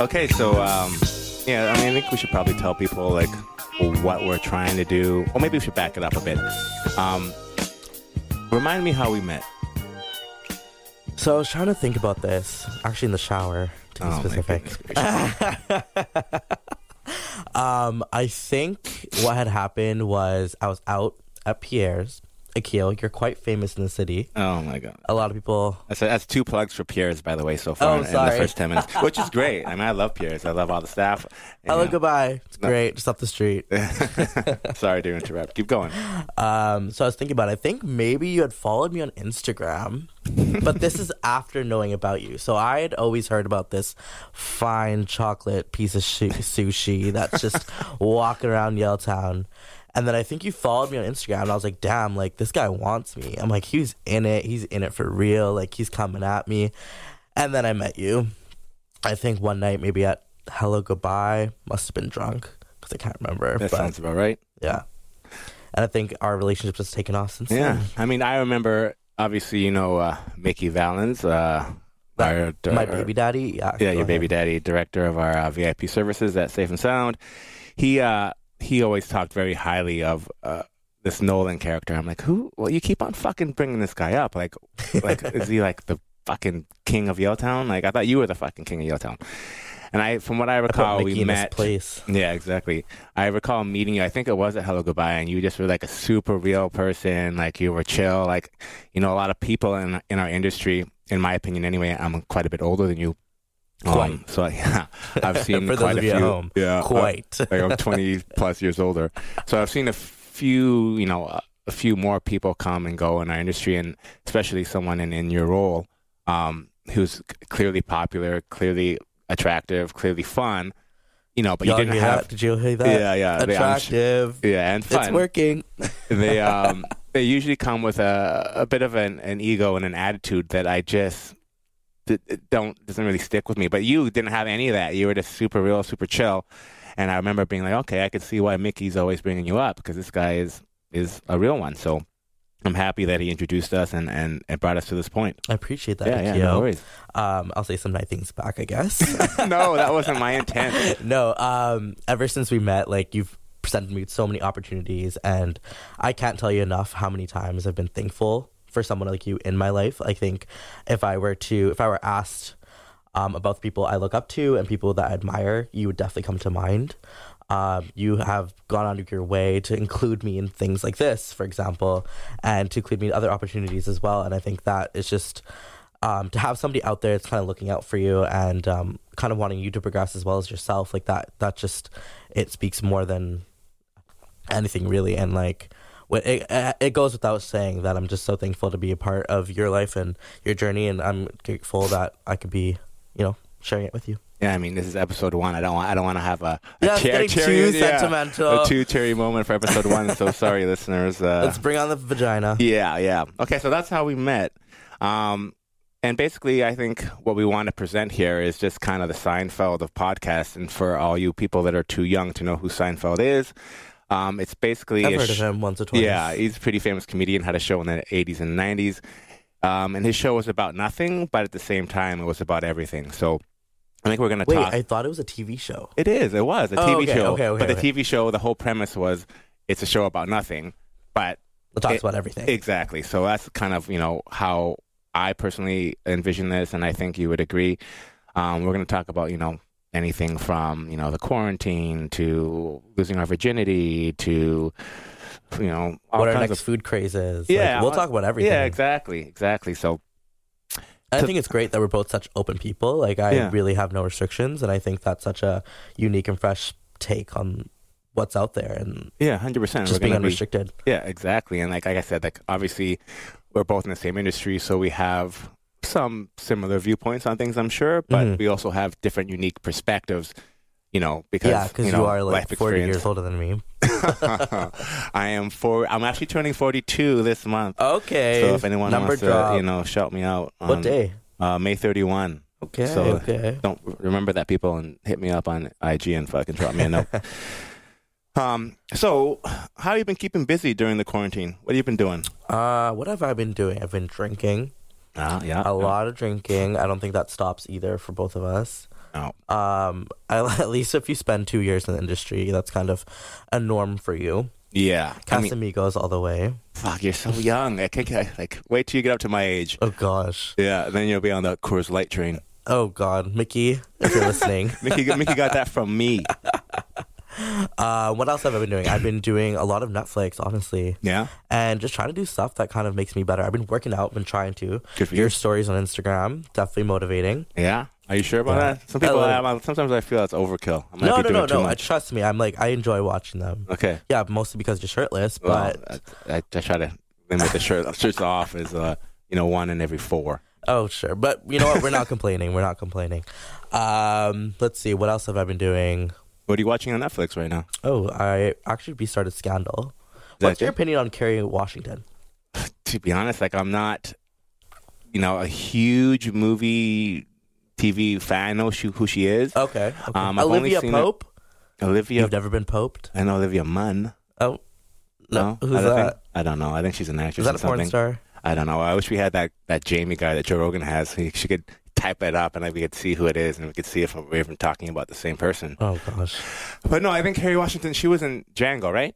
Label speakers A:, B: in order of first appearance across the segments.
A: Okay, so um, yeah, I mean, I think we should probably tell people like what we're trying to do, or maybe we should back it up a bit. Um, remind me how we met.
B: So I was trying to think about this, actually in the shower to be
A: Oh, my
B: specific.
A: goodness gracious.
B: Um, I think what had happened was I was out at Pierre's, Akil. You're quite famous in the city.
A: oh my god.
B: A lot of people.
A: That's, that's two plugs for Pierre's, by the way, so far
B: Oh,
A: in, in the
B: sorry.
A: first 10 minutes, which is great. I mean, I love Pierre's. I love all the staff. you
B: Hello,
A: know.
B: goodbye. It's great. Just up the street.
A: Sorry to interrupt. Keep going.
B: Um, so I was thinking about. it. I think maybe you had followed me on Instagram, but this is after knowing about you. So I had always heard about this fine chocolate piece of shu- sushi that's just walking around Yelltown. And then I think you followed me on Instagram, and I was like, "Damn, like this guy wants me." I'm like, "He's in it. He's in it for real. Like he's coming at me." And then I met you. I think one night, maybe at Hello Goodbye, must have been drunk because I can't remember.
A: That
B: but-
A: sounds about right.
B: yeah. And I think our relationship has taken off since
A: Yeah.
B: then.
A: I mean, I remember, obviously, you know, uh, Mickey Valens, uh, our, our-
B: My baby daddy. Yeah,
A: yeah,
B: go
A: your baby
B: ahead.
A: daddy, director of our uh, VIP services at Safe and Sound. He uh, he always talked very highly of uh, this Nolan character. I'm like, who? Well, you keep on fucking bringing this guy up. Like, like is he like the fucking king of Yelltown? Like, I thought you were the fucking king of Yelltown. And I, from what I
B: I put
A: recall,
B: Mickey
A: we
B: in
A: met. Uh,
B: his place.
A: Yeah, exactly. I recall meeting you. I think it was at Hello Goodbye, and you just were like a super real person. Like you were chill. Like you know, a lot of people in in our industry, in my opinion, anyway. I'm quite a bit older than you. Um,
B: Quite.
A: so yeah, I've seen
B: For those
A: quite
B: of
A: a
B: you
A: few.
B: at home,
A: Yeah, I-
B: Quite.
A: like I'm 20 plus years older. So I've seen a few, you know, a- a few more people come and go in our industry, and especially someone in, in your role um, who's c- clearly popular, clearly attractive, clearly fun. You know, but
B: Y'all
A: you didn't
B: hear
A: have
B: that? Did you hear that?
A: yeah, yeah, they- I'm sh-
B: Attractive.
A: yeah, and
B: It's
A: fun.
B: working.
A: They um they usually come with a a bit of an, an ego and an attitude that I just d- don't doesn't really stick with me. But you didn't have any of that. You were just super real, super chill. And I remember being like, okay, I could see why Mickey's always bringing you up because this guy is is a real one. So I'm happy that he introduced us and and, and brought us to this point.
B: I appreciate that,
A: yeah, yeah,
B: Akio.
A: no worries.
B: um, I'll say some nice things back, I guess.
A: no, that wasn't my intent.
B: no, um, ever since we met, like you've presented me with so many opportunities, and I can't tell you enough how many times I've been thankful for someone like you in my life. I think if I were to, if I were asked um, about the people I look up to and people that I admire, you would definitely come to mind. Um, you have gone out of your way to include me in things like this, for example, and to include me in other opportunities as well. And I think that is just um, to have somebody out there that's kind of looking out for you and um, kind of wanting you to progress as well as yourself. Like that, that just it speaks more than anything really. And like, when it it- it goes without saying that I'm just so thankful to be a part of your life and your journey, and I'm grateful that I could be, you know, sharing it with you.
A: Yeah, I mean, this is episode one. I don't want. I don't want to have a, a
B: Yeah, it's
A: tear-
B: getting too
A: teary- yeah,
B: sentimental.
A: a too teary moment for episode one. So sorry, listeners. Uh,
B: Let's bring on the vagina.
A: Yeah, yeah. Okay, so that's how we met. Um, and basically, I think what we want to present here is just kind of the Seinfeld of podcasts. And for all you people that are too young to know who Seinfeld is, um, it's basically
B: I've
A: a
B: heard of
A: sh-
B: him once or twice.
A: yeah, he's a pretty famous comedian. Had a show in the '80s and '90s, um, and his show was about nothing, but at the same time, it was about everything. So I think we're going to
B: Wait,
A: talk.
B: I thought it was a TV show.
A: It is. It was a
B: Oh,
A: TV
B: okay,
A: show.
B: okay, okay,
A: but the
B: okay.
A: TV show, the whole premise was it's a show about nothing, but
B: It talks
A: It-
B: about everything.
A: Exactly. So that's kind of you know how I personally envision this, and I think you would agree. Um, we're going to talk about you know anything from you know the quarantine to losing our virginity to you know all
B: what our
A: kinds
B: next
A: of
B: food craze is.
A: Yeah,
B: like, we'll
A: uh,
B: talk about everything.
A: yeah exactly exactly. So
B: And I
A: to-
B: think it's great that we're both such open people. Like I
A: Yeah.
B: really have no restrictions, and I think that's such a unique and fresh take on what's out there and
A: yeah, hundred percent.
B: just being unrestricted.
A: Yeah, exactly. And like, like I said, like obviously, we're both in the same industry, so we have some similar viewpoints on things, I'm sure, but
B: Mhm.
A: we also have different, unique perspectives. You know, because
B: yeah, because you,
A: know,
B: are like
A: life
B: forty
A: experience.
B: years older than me.
A: I am four. I'm actually turning 42 this month.
B: Okay.
A: So if anyone
B: number
A: wants
B: drop.
A: to, you know, shout me out. On,
B: uh, what day?
A: Uh, May 31.
B: Okay.
A: so-
B: okay.
A: Don't remember that, people, and hit me up on IG and fucking drop me a note. um. So, how you been keeping busy during the quarantine? What have you been doing?
B: Uh, what have I been doing? I've been drinking
A: Uh, yeah,
B: a lot of drinking. I don't think that stops either for both of us.
A: No.
B: Um, I, at least if you spend two years in the industry, that's kind of a norm for you.
A: Yeah. I mean,
B: Casamigos all the way.
A: fuck, you're so young. I can't get, like, wait till you get up to my age.
B: Oh gosh.
A: Yeah, then you'll be on the Coors Light train.
B: Oh god, Mickey, if you're listening.
A: Mickey, Mickey got that from me.
B: Uh, what else have I been doing? I've been doing a lot of Netflix, honestly,
A: Yeah.
B: and just trying to do stuff that kind of makes me better. I've been working out, been trying to.
A: Good for you.
B: Your stories on Instagram definitely motivating.
A: Yeah. Are you sure about
B: Yeah.
A: that? Some people,
B: I
A: I, sometimes I feel that's overkill. I might
B: No,
A: be
B: no,
A: doing
B: no,
A: too
B: no. I,
A: Much.
B: trust me, I'm like I enjoy watching them.
A: Okay.
B: Yeah, mostly because you're shirtless,
A: Well,
B: but
A: I, I, I try to limit the shirt, shirts off is, uh, you know, one in every four.
B: Oh sure, but you know what? We're not complaining. We're not complaining. Um, let's see. What else have I been doing?
A: What are you watching on Netflix right now?
B: Oh, I actually restarted Scandal.
A: that
B: What's your
A: good?
B: opinion on Kerry Washington?
A: To be honest, like I'm not, you know, a huge movie, TV fan. I know she, who she is.
B: Okay. okay.
A: Um, I've only
B: Olivia
A: seen her-
B: Pope.
A: Olivia,
B: You've never been poped.
A: I know Olivia Munn.
B: Oh, no.
A: I
B: Who's
A: don't
B: that?
A: think- I don't know. I think she's an actress.
B: Is that
A: or
B: a porn
A: something.
B: star?
A: I don't know. I wish we had that, that Jamie guy that Joe Rogan has. He, she could type it up and like, we could see who it is and we could see if we're even talking about the same person.
B: Oh gosh.
A: But no, I think Harry Washington, she was in Django, right?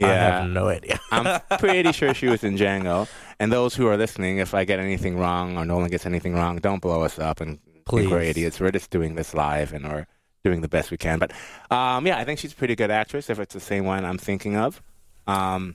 B: I
A: Yeah.
B: have no idea.
A: I'm pretty sure she was in Django. And those who are listening, if I get anything wrong or Nolan gets anything wrong, don't blow us up and think we're
B: Please.
A: idiots. We're just doing this live and we're doing the best we can. But um, yeah, I think she's a pretty good actress. If it's the same one I'm thinking of, um,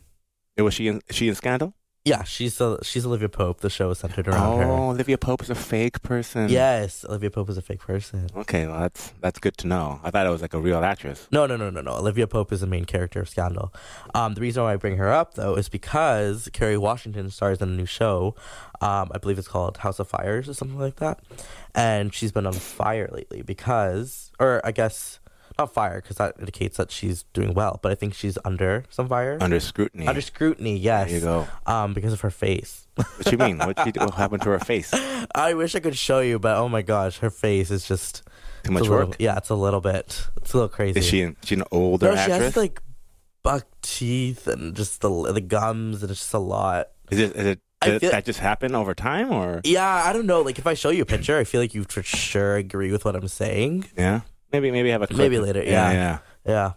A: was she in, she in Scandal?
B: Yeah, she's uh, she's Olivia Pope. The show is centered around
A: oh, Olivia Pope is a fake person.
B: her. Yes, Olivia Pope is a fake person.
A: Okay, well that's that's good to know. I thought it was like a real actress.
B: No, no, no, no, no. Olivia Pope is the main character of Scandal. Um, the reason why I bring her up though is because Kerry Washington stars in a new show. Um, I believe it's called House of Fires or something like that, and she's been on fire lately because, or I guess not fire because that indicates that she's doing well, but I think she's under some fire,
A: Under scrutiny.
B: under scrutiny. Yes,
A: there you go.
B: um, because of her face.
A: What you mean? What, she, what happened to her face?
B: I wish I could show you, but oh my gosh, her face is
A: Too
B: just it's
A: much
B: a little-
A: work.
B: yeah, it's a little bit. It's a little crazy.
A: Is she an, she an older
B: no,
A: actress?
B: she has like buck teeth and just the the gums and it's just a lot.
A: Is it, is it
B: I
A: did
B: feel-
A: that just happen over time or
B: Yeah, I don't know. Like if I show you a picture, I feel like you for sure agree with what I'm saying.
A: yeah? Maybe maybe have a clip.
B: Maybe later,
A: yeah.
B: yeah.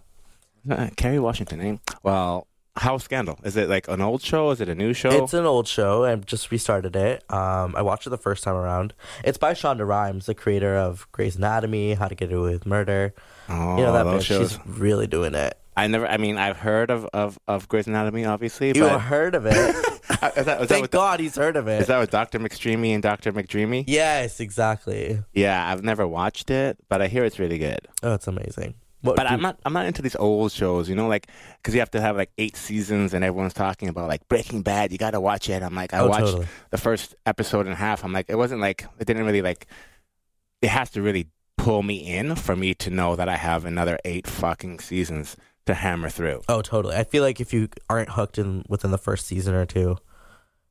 B: Yeah.
A: Uh, Kerry Washington. Eh? Well, how scandal? Is it like an old show? Is it a new show?
B: It's an old show. I just restarted it. Um, I watched it the first time around. It's by Shonda Rhimes, the creator of Grey's Anatomy, How to Get Away with Murder.
A: oh,
B: You know that
A: those
B: bitch.
A: shows.
B: She's really doing it.
A: I never. I mean, I've heard of of of Grey's Anatomy, obviously.
B: You
A: but
B: heard of it?
A: Uh, is that, is that
B: Thank
A: with,
B: God he's heard of
A: is
B: it.
A: that with Doctor McStreamy and Doctor McDreamy?
B: yes, exactly.
A: Yeah, I've never watched it, but I hear it's really good.
B: Oh, it's amazing. What,
A: But
B: do-
A: I'm not. I'm not into these old shows, you know, like because you have to have like eight seasons, and everyone's talking about like Breaking Bad. You got to watch it. I'm like, I
B: Oh,
A: watched
B: totally.
A: the first episode and a half. I'm like, it wasn't like it didn't really like. It has to really pull me in for me to know that I have another eight fucking seasons to hammer through.
B: Oh, totally. I feel like if you aren't hooked in within the first season or two,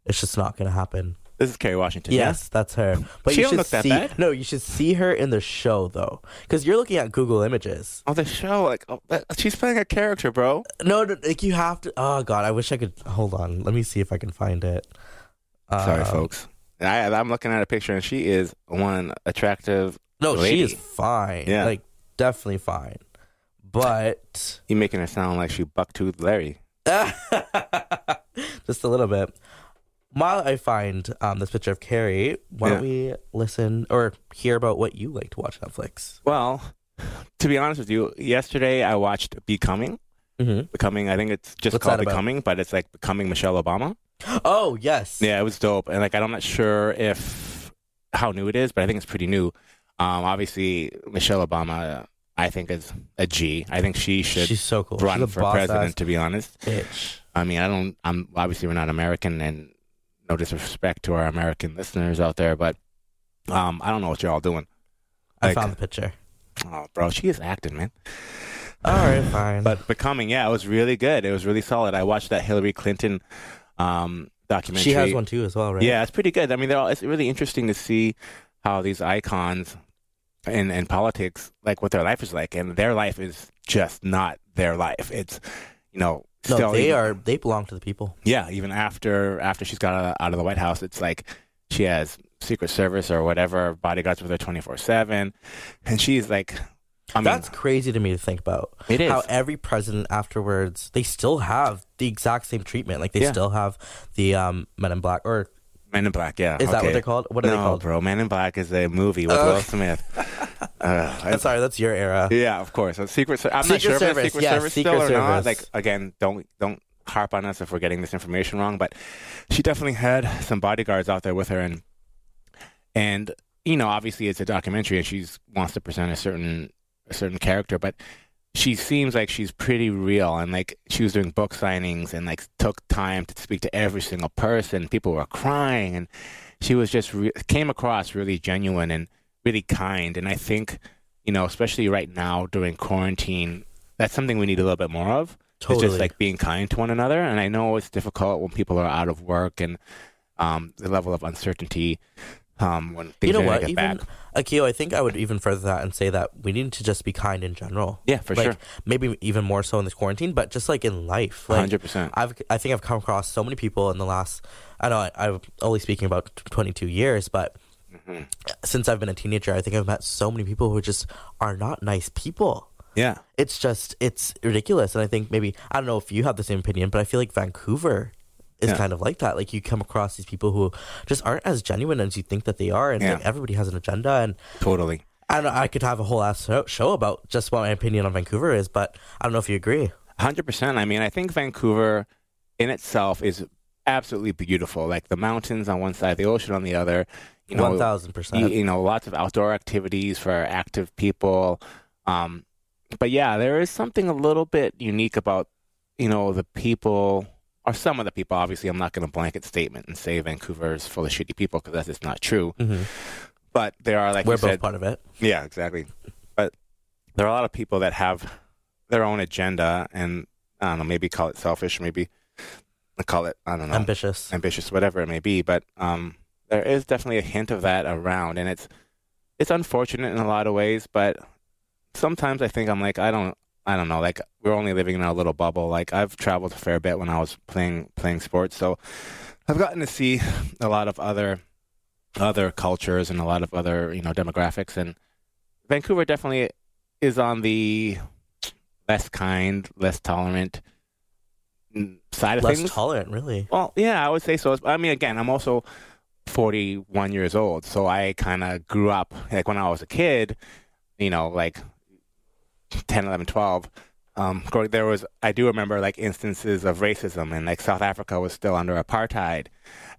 B: it's just not going to happen.
A: This is Kerry Washington.
B: Yes, that's her. But
A: She
B: you
A: don't
B: should
A: look that
B: see
A: bad.
B: no, you should see her in the show though, because you're looking at Google Images.
A: On the show, like oh, that- she's playing a character, bro.
B: No, no, like you have to. Oh God, I wish I could. Hold on, let me see if I can find it. Uh,
A: Sorry, folks. Um, I, I'm looking at a picture, and she is one attractive.
B: No,
A: Lady.
B: she is fine.
A: Yeah.
B: like definitely fine. But
A: You making her sound like she bucktooth Larry.
B: just a little bit. While I find um, this picture of Carrie, why don't we listen or hear about what you like to watch Netflix?
A: Well, to be honest with you, yesterday I watched Becoming.
B: Mm-hmm.
A: Becoming, I think it's just
B: What's
A: called
B: that about?
A: Becoming, but it's like Becoming Michelle Obama.
B: Oh yes,
A: Yeah, it was dope. And like, I'm not sure if how new it is, but I think it's pretty new. Um, obviously, Michelle Obama, I think is a G. I think she should
B: she's so cool.
A: run
B: She's a
A: for
B: boss
A: president.
B: ass
A: To be honest,
B: bitch.
A: I mean, I don't. I'm obviously we're not American, and no disrespect to our American listeners out there, but um, I don't know what you're all doing.
B: I
A: Like-
B: found the picture.
A: Oh, bro, she is acting, man.
B: All right, fine.
A: But becoming, yeah, it was really good. It was really solid. I watched that Hillary Clinton um, documentary.
B: she has one too as well, right?
A: Yeah, it's pretty good. I mean, they're all, it's really interesting to see how these icons in in politics, like what their life is like, and their life is just not their life. It's you know,
B: No,
A: still
B: they
A: even-
B: are. They belong to the people.
A: uh, Yeah, even after after she's got out of the White House, it's like she has Secret Service or whatever bodyguards with her twenty four seven, and she's like, I mean,
B: That's crazy to me to think about.
A: it is.
B: How every president afterwards, they still have the exact same treatment. Like they
A: Yeah.
B: still have the um, Men in Black, or
A: Men in Black, yeah.
B: is that
A: okay.
B: what they're called? What are
A: no,
B: they called? Oh.
A: bro, Man in Black is a movie with Will Smith. Uh, Ugh,
B: I'm sorry, that's your era.
A: Yeah, of course. So Secret Service. I'm
B: Secret
A: not sure if
B: Service,
A: it's Secret
B: yes,
A: Service
B: Secret
A: still or not.
B: Service.
A: Like again, don't don't harp on us if we're getting this information wrong. But she definitely had some bodyguards out there with her, and and you know, obviously it's a documentary, and she's wants to present a certain a certain character, but she seems like she's pretty real and like she was doing book signings and like took time to speak to every single person people were crying and she was just re- came across really genuine and really kind and i think you know especially right now during quarantine that's something we need a little bit more of
B: Totally.
A: it's just like being kind to one another and i know it's difficult when people are out of work and um, the level of uncertainty um, when things
B: you know
A: are
B: what?
A: gonna get
B: Even
A: back
B: Akio, I think I would even further that and say that we need to just be kind in general.
A: yeah for
B: like,
A: sure
B: Maybe even more so in this quarantine, but just like in life. Like,
A: 100%
B: I've I think I've come across so many people in the last I know I, I'm only speaking about 22 years, but
A: Mhm.
B: since I've been a teenager, I think I've met so many people who just are not nice people.
A: yeah
B: It's just it's ridiculous, and I think maybe I don't know if you have the same opinion, but I feel like Vancouver is
A: Yeah.
B: kind of like that. Like you come across these people who just aren't as genuine as you think that they are, and
A: Yeah.
B: like everybody has an agenda and.
A: totally
B: I don't know, I could have a whole ass show- show about just what my opinion on Vancouver is, but I don't know if you agree.
A: Hundred percent. I mean, I think Vancouver in itself is absolutely beautiful. Like the mountains on one side, the ocean on the other. You know,
B: One thousand
A: you,
B: percent.
A: you know, lots of outdoor activities for active people. Um, but yeah, there is something a little bit unique about you know the people or some of the people. Obviously, I'm not going to blanket statement and say Vancouver is full of shitty people because that's just not true.
B: hmm
A: But there are like
B: We're
A: you
B: both
A: said,
B: part of it.
A: yeah, exactly. But there are a lot of people that have their own agenda, and I don't know, maybe call it selfish, maybe call it I don't know,
B: Ambitious.
A: ambitious, whatever it may be. But um, there is definitely a hint of that around, and it's it's unfortunate in a lot of ways. But sometimes I think I'm like I don't I don't know. Like we're only living in our little bubble. Like I've traveled a fair bit when I was playing playing sports, so I've gotten to see a lot of other other cultures and a lot of other you know demographics, and Vancouver definitely is on the less kind, less tolerant mm, side of
B: less
A: things.
B: tolerant, really.
A: Well, yeah, I would say so. I mean, again, I'm also 41 years old, so I kind of grew up like when I was a kid, you know, like 10, 11, 12. Um, growing- there was I do remember like instances of racism, and like South Africa was still under apartheid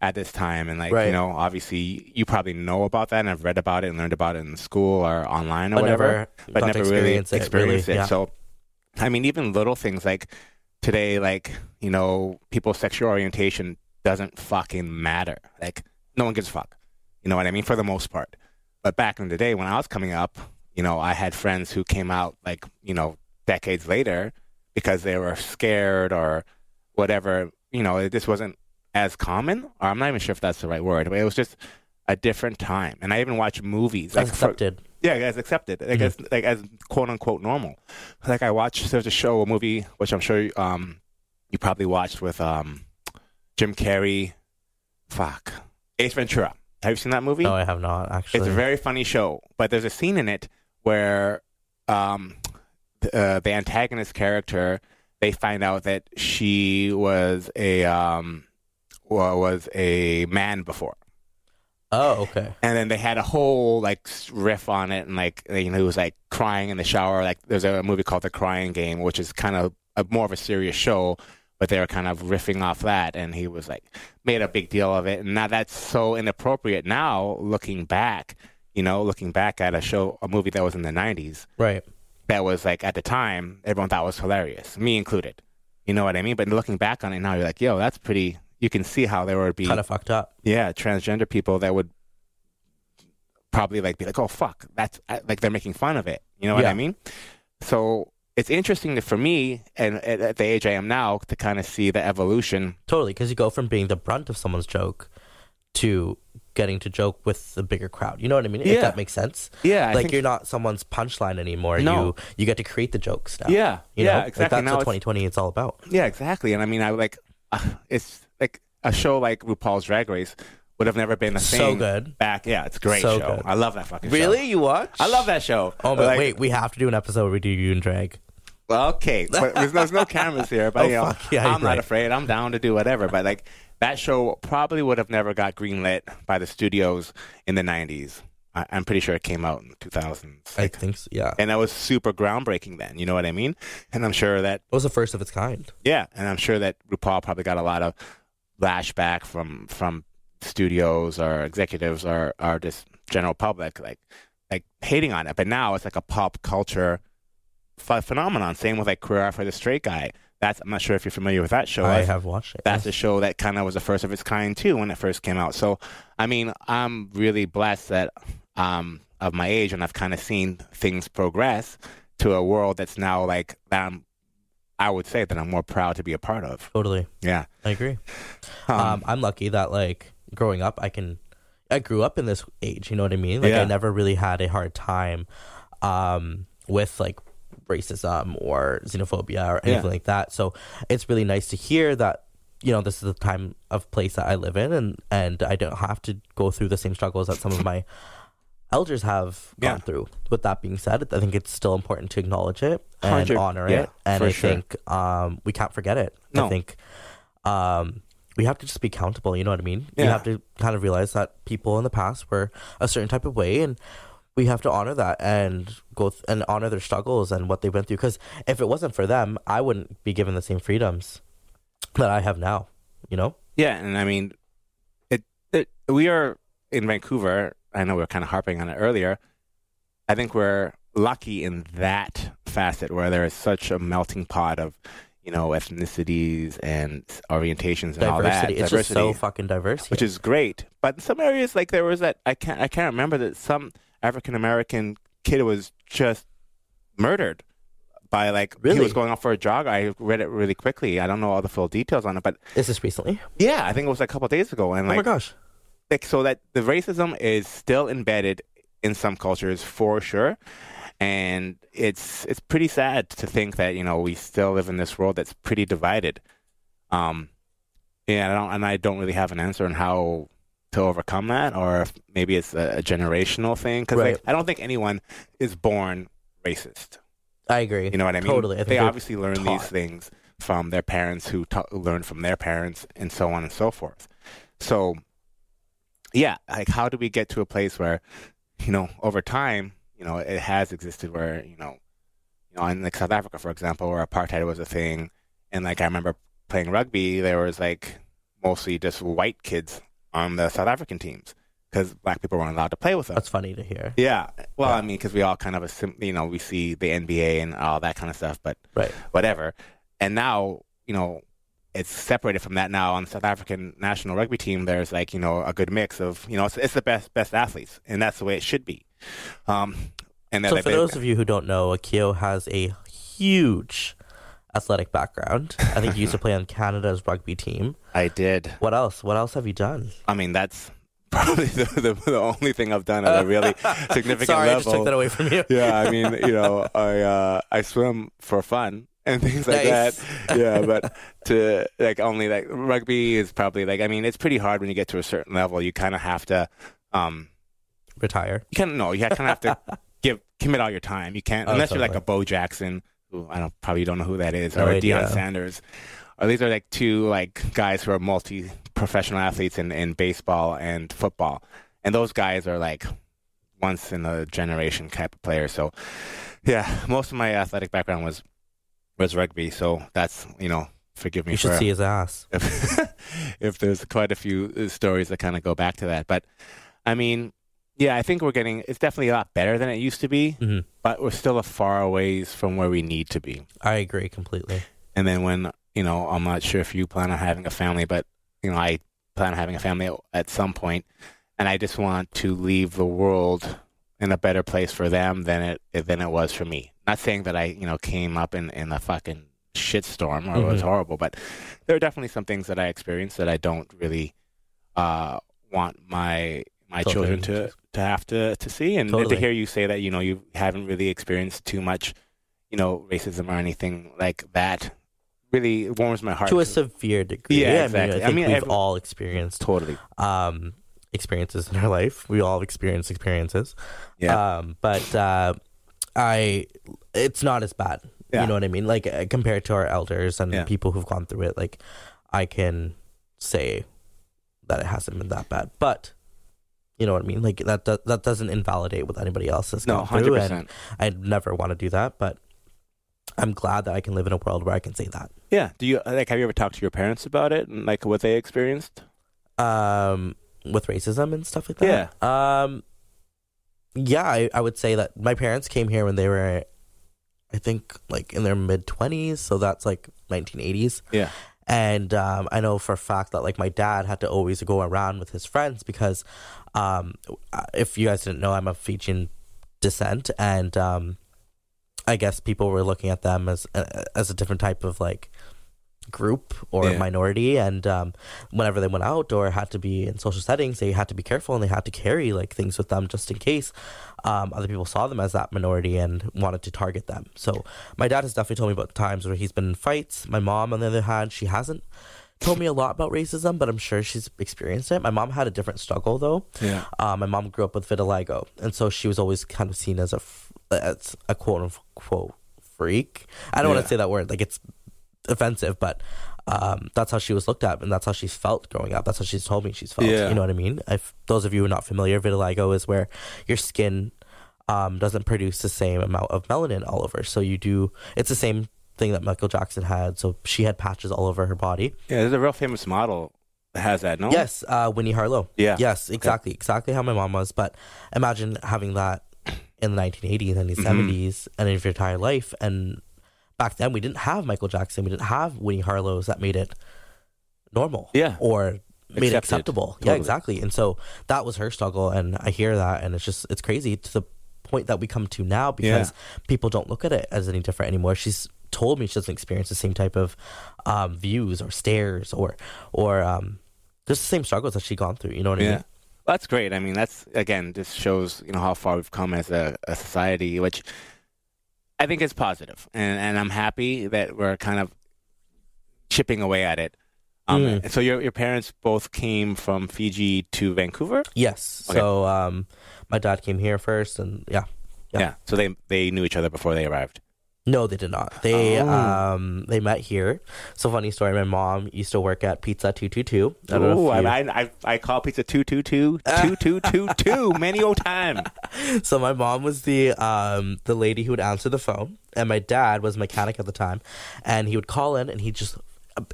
A: at this time, and like
B: Right.
A: you know, obviously you probably know about that, and I've read about it and learned about it in school or online or
B: But
A: whatever
B: never,
A: but
B: got
A: never
B: to experience
A: really
B: it.
A: experienced
B: really.
A: it.
B: Yeah.
A: So, I mean, even little things like today, like you know, people's sexual orientation doesn't fucking matter. Like no one gives a fuck. You know what I mean? For the most part. But back in the day when I was coming up, you know, I had friends who came out like you know decades later because they were scared or whatever. You know, this wasn't as common, or I'm not even sure if that's the right word, but it was just a different time. And I even watched movies like for-
B: accepted.
A: yeah, as accepted, like as
B: Mm-hmm.
A: like as quote unquote normal. Like I watched there's a show, a movie, which I'm sure um you probably watched with um Jim Carrey. Fuck, Ace Ventura. Have you seen that movie?
B: no, I have not actually.
A: It's a very funny show, but there's a scene in it where um, th- uh, the antagonist character they find out that she was a um, wa- was a man before
B: oh, okay.
A: and then they had a whole like riff on it, and like you know, he was like crying in the shower. Like there's a movie called The Crying Game, which is kind of a, more of a serious show, but they were kind of riffing off that, and he was like made a big deal of it. And now that's so inappropriate. Now looking back, you know, looking back at a show, a movie that was in the '90s,
B: Right.
A: that was like at the time everyone thought was hilarious, me included. You know what I mean? But looking back on it now, you're like, yo, that's pretty. You can see how there would be
B: Kind of fucked up.
A: yeah, transgender people that would probably like be like, "Oh fuck, that's I- like they're making fun of it." You know what
B: Yeah.
A: I mean? So it's interesting that for me, and at, at the age I am now, to kind of see the evolution.
B: Totally, because you go from being the brunt of someone's joke to getting to joke with the bigger crowd. You know what I mean? If
A: Yeah.
B: that makes sense.
A: Yeah,
B: like you're not someone's punchline anymore.
A: No.
B: You you get to create the jokes now.
A: yeah,
B: You know?
A: yeah,
B: Like,
A: exactly.
B: that's
A: now
B: what
A: it's-
B: 2020 it's all about.
A: Yeah, exactly. And I mean, I like uh, it's like a show like RuPaul's Drag Race would have never been the
B: So
A: same.
B: good.
A: Back, yeah, it's a great
B: So
A: show.
B: good.
A: I love that fucking show.
B: Really, you watch?
A: I love that show.
B: Oh, but
A: Like,
B: wait, we have to do an episode where we do you and drag.
A: Well, okay, but there's, no- there's no cameras here, but
B: Oh,
A: you know,
B: fuck. Yeah, you're
A: I'm not
B: right.
A: afraid. I'm down to do whatever. But like that show probably would have never got greenlit by the studios in the '90s. I, I'm pretty sure it came out in 2006,
B: I think so. Yeah, it
A: and that was super groundbreaking then. You know what I mean? And I'm sure that
B: was the first of its kind.
A: yeah, and I'm sure that RuPaul probably got a lot of lashback from from studios or executives or or just general public like like hating on it. But now it's like a pop culture ph- phenomenon. Same with like Career Eye for the Straight Guy. That's I'm not sure if you're familiar with that show.
B: I
A: That's-
B: have watched it.
A: That's a show that kind of was the first of its kind too when it first came out. So I mean, I'm really blessed that um of my age and I've kind of seen things progress to a world that's now like that I'm I would say that I'm more proud to be a part of.
B: totally.
A: Yeah.
B: I agree.
A: Um,
B: um, I'm lucky that like growing up, I can. I grew up in this age. You know what I mean? Like
A: Yeah.
B: I never really had a hard time um, with like racism or xenophobia or anything
A: Yeah.
B: like that. So it's really nice to hear that you know this is the time of place that I live in, and and I don't have to go through the same struggles that some of my elders have gone
A: Yeah.
B: through. With that being said, I think it's still important to acknowledge it and
A: Hundred-
B: honor
A: yeah,
B: it, and
A: for
B: I
A: sure.
B: think um, we can't forget it.
A: No.
B: I think um, we have to just be accountable. You know what I mean? We
A: Yeah.
B: have to kind of realize that people in the past were a certain type of way, and we have to honor that and go th- and honor their struggles and what they went through. Because if it wasn't for them, I wouldn't be given the same freedoms that I have now. You know?
A: yeah, and I mean, it, it. We are in Vancouver. I know we were kind of harping on it earlier. I think we're lucky in that facet where there is such a melting pot of, you know, ethnicities and orientations and all that.
B: diversity. It's just so
A: Diversity.
B: fucking diverse.
A: which
B: here.
A: is great. But in some areas, like there was that I can't I can't remember that some African American kid was just murdered by like he
B: Really?
A: was going off for a jog. I read it really quickly. I don't know all the full details on it, but
B: is this recently?
A: yeah, I think it was a couple of days ago. And
B: oh my
A: like,
B: gosh!
A: like so that the racism is still embedded in some cultures for sure and it's it's pretty sad to think that you know we still live in this world that's pretty divided um yeah I don't, and i don't really have an answer on how to overcome that or if maybe it's a, a generational thing because
B: Right.
A: like, i don't think anyone is born racist
B: I agree.
A: you know what i mean
B: Totally. I think
A: they
B: they're
A: obviously learn
B: taught.
A: these things from their parents who ta- learn from their parents and so on and so forth so, yeah, like how do we get to a place where, you know, over time, you know, it has existed where, you know, you know, in like South Africa, for example, where apartheid was a thing, and like I remember playing rugby, there was like mostly just white kids on the South African teams because black people weren't allowed to play with them.
B: That's funny to hear.
A: yeah, well,
B: Yeah.
A: I mean, because we all kind of assume, you know, we see the NBA and all that kind of stuff, but
B: Right.
A: whatever. And now, you know, it's separated from that now on the South African national rugby team. There's like, you know, a good mix of, you know, it's, it's the best, best athletes. And that's the way it should be. Um, and then
B: So
A: they-
B: for
A: they-
B: those of you who don't know, Akio has a huge athletic background. I think you used to play on Canada's rugby team.
A: I did.
B: What else? What else have you done?
A: I mean, that's probably the, the, the only thing I've done at a really significant
B: Sorry, I
A: level.
B: just took that away from you.
A: yeah, I mean, you know, I uh, I swim for fun and things like
B: Nice.
A: that. Yeah, but to like only like rugby is probably like I mean, it's pretty hard when you get to a certain level. You kind of have to, um,
B: Retire.
A: you kind of no, you kind of have to give commit all your time. You can't
B: Oh,
A: unless you're like a Bo Jackson, who I don't probably don't know who that is, or
B: No
A: a
B: idea.
A: Deion Sanders, or these are like two like guys who are multi professional athletes in in baseball and football, and those guys are like once in a generation type of player. So yeah, most of my athletic background was was rugby, so that's you know forgive me
B: You
A: for
B: should see his ass.
A: if, if there's quite a few uh, stories that kind of go back to that. But I mean, yeah, I think we're getting it's definitely a lot better than it used to be,
B: Mhm.
A: but we're still a far ways from where we need to be.
B: I agree completely.
A: And then when you know, I'm not sure if you plan on having a family, but you know, I plan on having a family at some point, and I just want to leave the world in a better place for them than it than it was for me. Not saying that I you know came up in in a fucking shitstorm or it was
B: Mhm.
A: horrible, but there are definitely some things that I experienced that I don't really uh, want my my children
B: Children.
A: to to have to to see and
B: Totally.
A: to hear you say that you know you haven't really experienced too much you know racism or anything like that really warms my heart
B: To a severe degree.
A: Yeah,
B: I mean,
A: exactly. I
B: I think
A: mean,
B: we've
A: every-
B: all experienced
A: totally
B: um, experiences in our life. We all experience experiences.
A: Yeah.
B: Um, but uh, I, it's not as bad.
A: Yeah.
B: You know what I mean? Like uh, compared to our elders and
A: Yeah.
B: people who've gone through it, like I can say that it hasn't been that bad. But you know what I mean? Like that do- that doesn't invalidate what anybody else has
A: No,
B: gone through.
A: hundred
B: and
A: percent.
B: I'd never want to do that, but I'm glad that I can live in a world where I can say that.
A: Yeah. Do you like? Have you ever talked to your parents about it and like what they experienced?
B: Um, with racism and stuff like that. Yeah. Um, yeah, I, I would say that my parents came here when they were, I think, like in their mid 20s. So that's like 1980s.
A: Yeah.
B: And um, I know for a fact that like my dad had to always go around with his friends because um, if you guys didn't know, I'm of Fijian descent, and um, I guess people were looking at them as uh, as a different type of like group or
A: Yeah.
B: minority. And um, whenever they went out or had to be in social settings, they had to be careful and they had to carry like things with them just in case um, other people saw them as that minority and wanted to target them. So my dad has definitely told me about times where he's been in fights. My mom, on the other hand, she hasn't. Told me a lot about racism, but I'm sure she's experienced it. My mom had a different struggle though.
A: Yeah.
B: Uh, my mom grew up with vitiligo, and so she was always kind of seen as a f- as a quote unquote freak. I don't want
A: Yeah.
B: to say that word; like it's offensive, but um, that's how she was looked at, and that's how she's felt growing up. That's how she's told me she's felt.
A: Yeah.
B: You know what I mean? If those of you who are not familiar, vitiligo is where your skin um, doesn't produce the same amount of melanin all over. So you do. It's the same thing that Michael Jackson had. So she had patches all over her body.
A: Yeah. There's a real famous model that has that. No.
B: Yes, uh, Winnie Harlow.
A: Yeah.
B: Yes, exactly, exactly how my mom was. But imagine having that in the 1980s
A: Mm-hmm.
B: and the 70s and in your entire life. And back then, we didn't have Michael Jackson. We didn't have Winnie Harlow's that made it normal.
A: Yeah.
B: Or made it
A: Accepted.
B: acceptable.
A: Totally.
B: Yeah, exactly. And so that was her struggle. And I hear that. And it's just, it's crazy to the point that we come to now because people don't look at it as any different anymore. She's told me she doesn't experience the same type of um, views or stares or, or, um, just the same struggles that she gone through. You know what I mean?
A: Yeah. Well, that's great. I mean, that's again just shows you know how far we've come as a, a society, which I think is positive, and and I'm happy that we're kind of chipping away at it. Um,
B: Mm.
A: and So your your parents both came from Fiji to Vancouver.
B: Yes.
A: Okay.
B: So um, my dad came here first, and yeah, Yeah.
A: So they they knew each other before they arrived.
B: no, they did not. They
A: Oh.
B: um they met here. So funny story. My mom used to work at Pizza Two Two Two.
A: Oh, I, I I I call pizza two two two two two two two many old time.
B: So my mom was the um the lady who would answer the phone, and my dad was a mechanic at the time, and he would call in, and he just.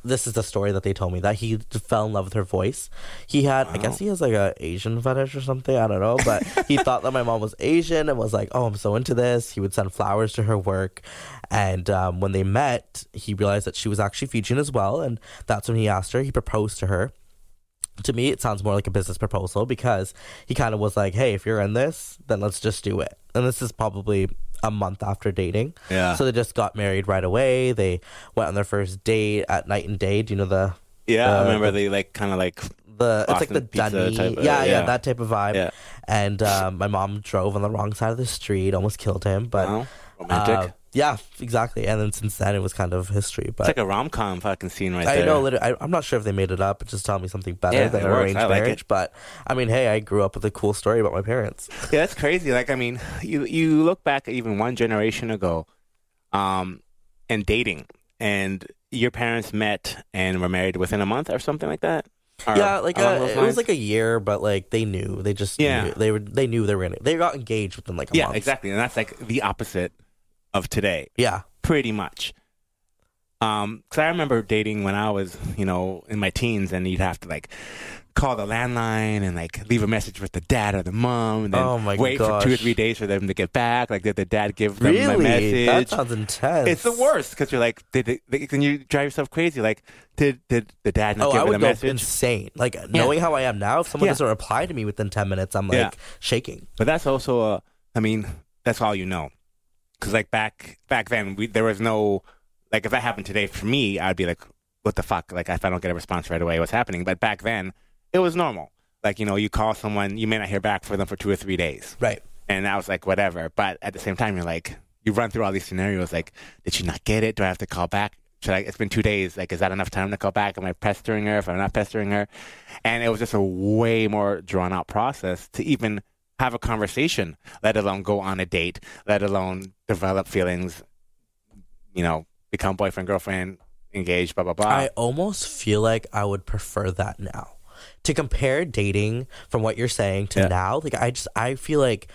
B: This is the story that they told me that he fell in love with her voice. He had, I guess, he has like a Asian fetish or something. I don't know, but he thought that my mom was Asian and was like, "Oh, I'm so into this." He would send flowers to her work, and um, when they met, he realized that she was actually Fijian as well, and that's when he asked her. He proposed to her, to me it sounds more like a business proposal because he kind of was like hey if you're in this then let's just do it and this is probably a month after dating
A: Yeah.
B: so they just got married right away they went on their first date at night and day do you know the
A: Yeah, I
B: Uh,
A: remember they like kind of like
B: the it's like the
A: Boston pizza
B: dunny
A: type of-
B: yeah, yeah
A: yeah.
B: that type of vibe
A: Yeah.
B: and um, my mom drove on the wrong side of the street almost killed him but
A: wow, romantic.
B: uh, yeah exactly and then since then it was kind of history but
A: it's like a rom com fucking scene right
B: I
A: there.
B: know. Literally, I, I'm not sure if they made it up. But just tell me something better
A: Yeah,
B: than
A: it works.
B: arranged
A: I like
B: marriage. But I mean, hey, I grew up with a cool story about my parents.
A: Yeah, that's crazy. Like, I mean, you you look back even one generation ago, um, and dating, and your parents met and were married within a month or something like that. Or
B: yeah, like
A: along
B: uh
A: those
B: it was
A: lines?
B: like a year, but like they knew. They just
A: Yeah.
B: knew. they were they knew they were in it. They got engaged within like a
A: yeah,
B: month.
A: exactly, and that's like the opposite of today,
B: Yeah,
A: pretty much. Um, because I remember dating when I was, you know, in my teens, and you'd have to like call the landline and like leave a message with the dad or the mom, and then
B: Oh my
A: wait for two or
B: gosh.
A: three days for them to get back. Like, did the dad give them my
B: really.
A: message?
B: That sounds intense.
A: It's the worst because you're like, did they, they, can you drive yourself crazy? Like, did did the dad not
B: Oh,
A: give
B: I
A: her
B: would
A: the
B: go
A: message?
B: insane. Like knowing how I am now, if someone
A: Yeah.
B: doesn't reply to me within ten minutes, I'm like
A: Yeah.
B: shaking.
A: But that's also, uh, I mean, that's all you know. Because like back back then, we, there was no like if that happened today for me, I'd be like, what the fuck? Like if I don't get a response right away, what's happening? But back then, it was normal. Like you know, you call someone, you may not hear back from them for two or three days,
B: Right.
A: and I was like, whatever. But at the same time, you're like, you run through all these scenarios. Like, did she not get it? Do I have to call back? should I? It's been two days. Like, is that enough time to call back? Am I pestering her? If I'm not pestering her, and it was just a way more drawn out process to even have a conversation, let alone go on a date, let alone develop feelings. You know, become boyfriend, girlfriend, engaged, blah blah blah.
B: I almost feel like I would prefer that now. To compare dating from what you're saying to
A: Yeah.
B: now, like I just I feel like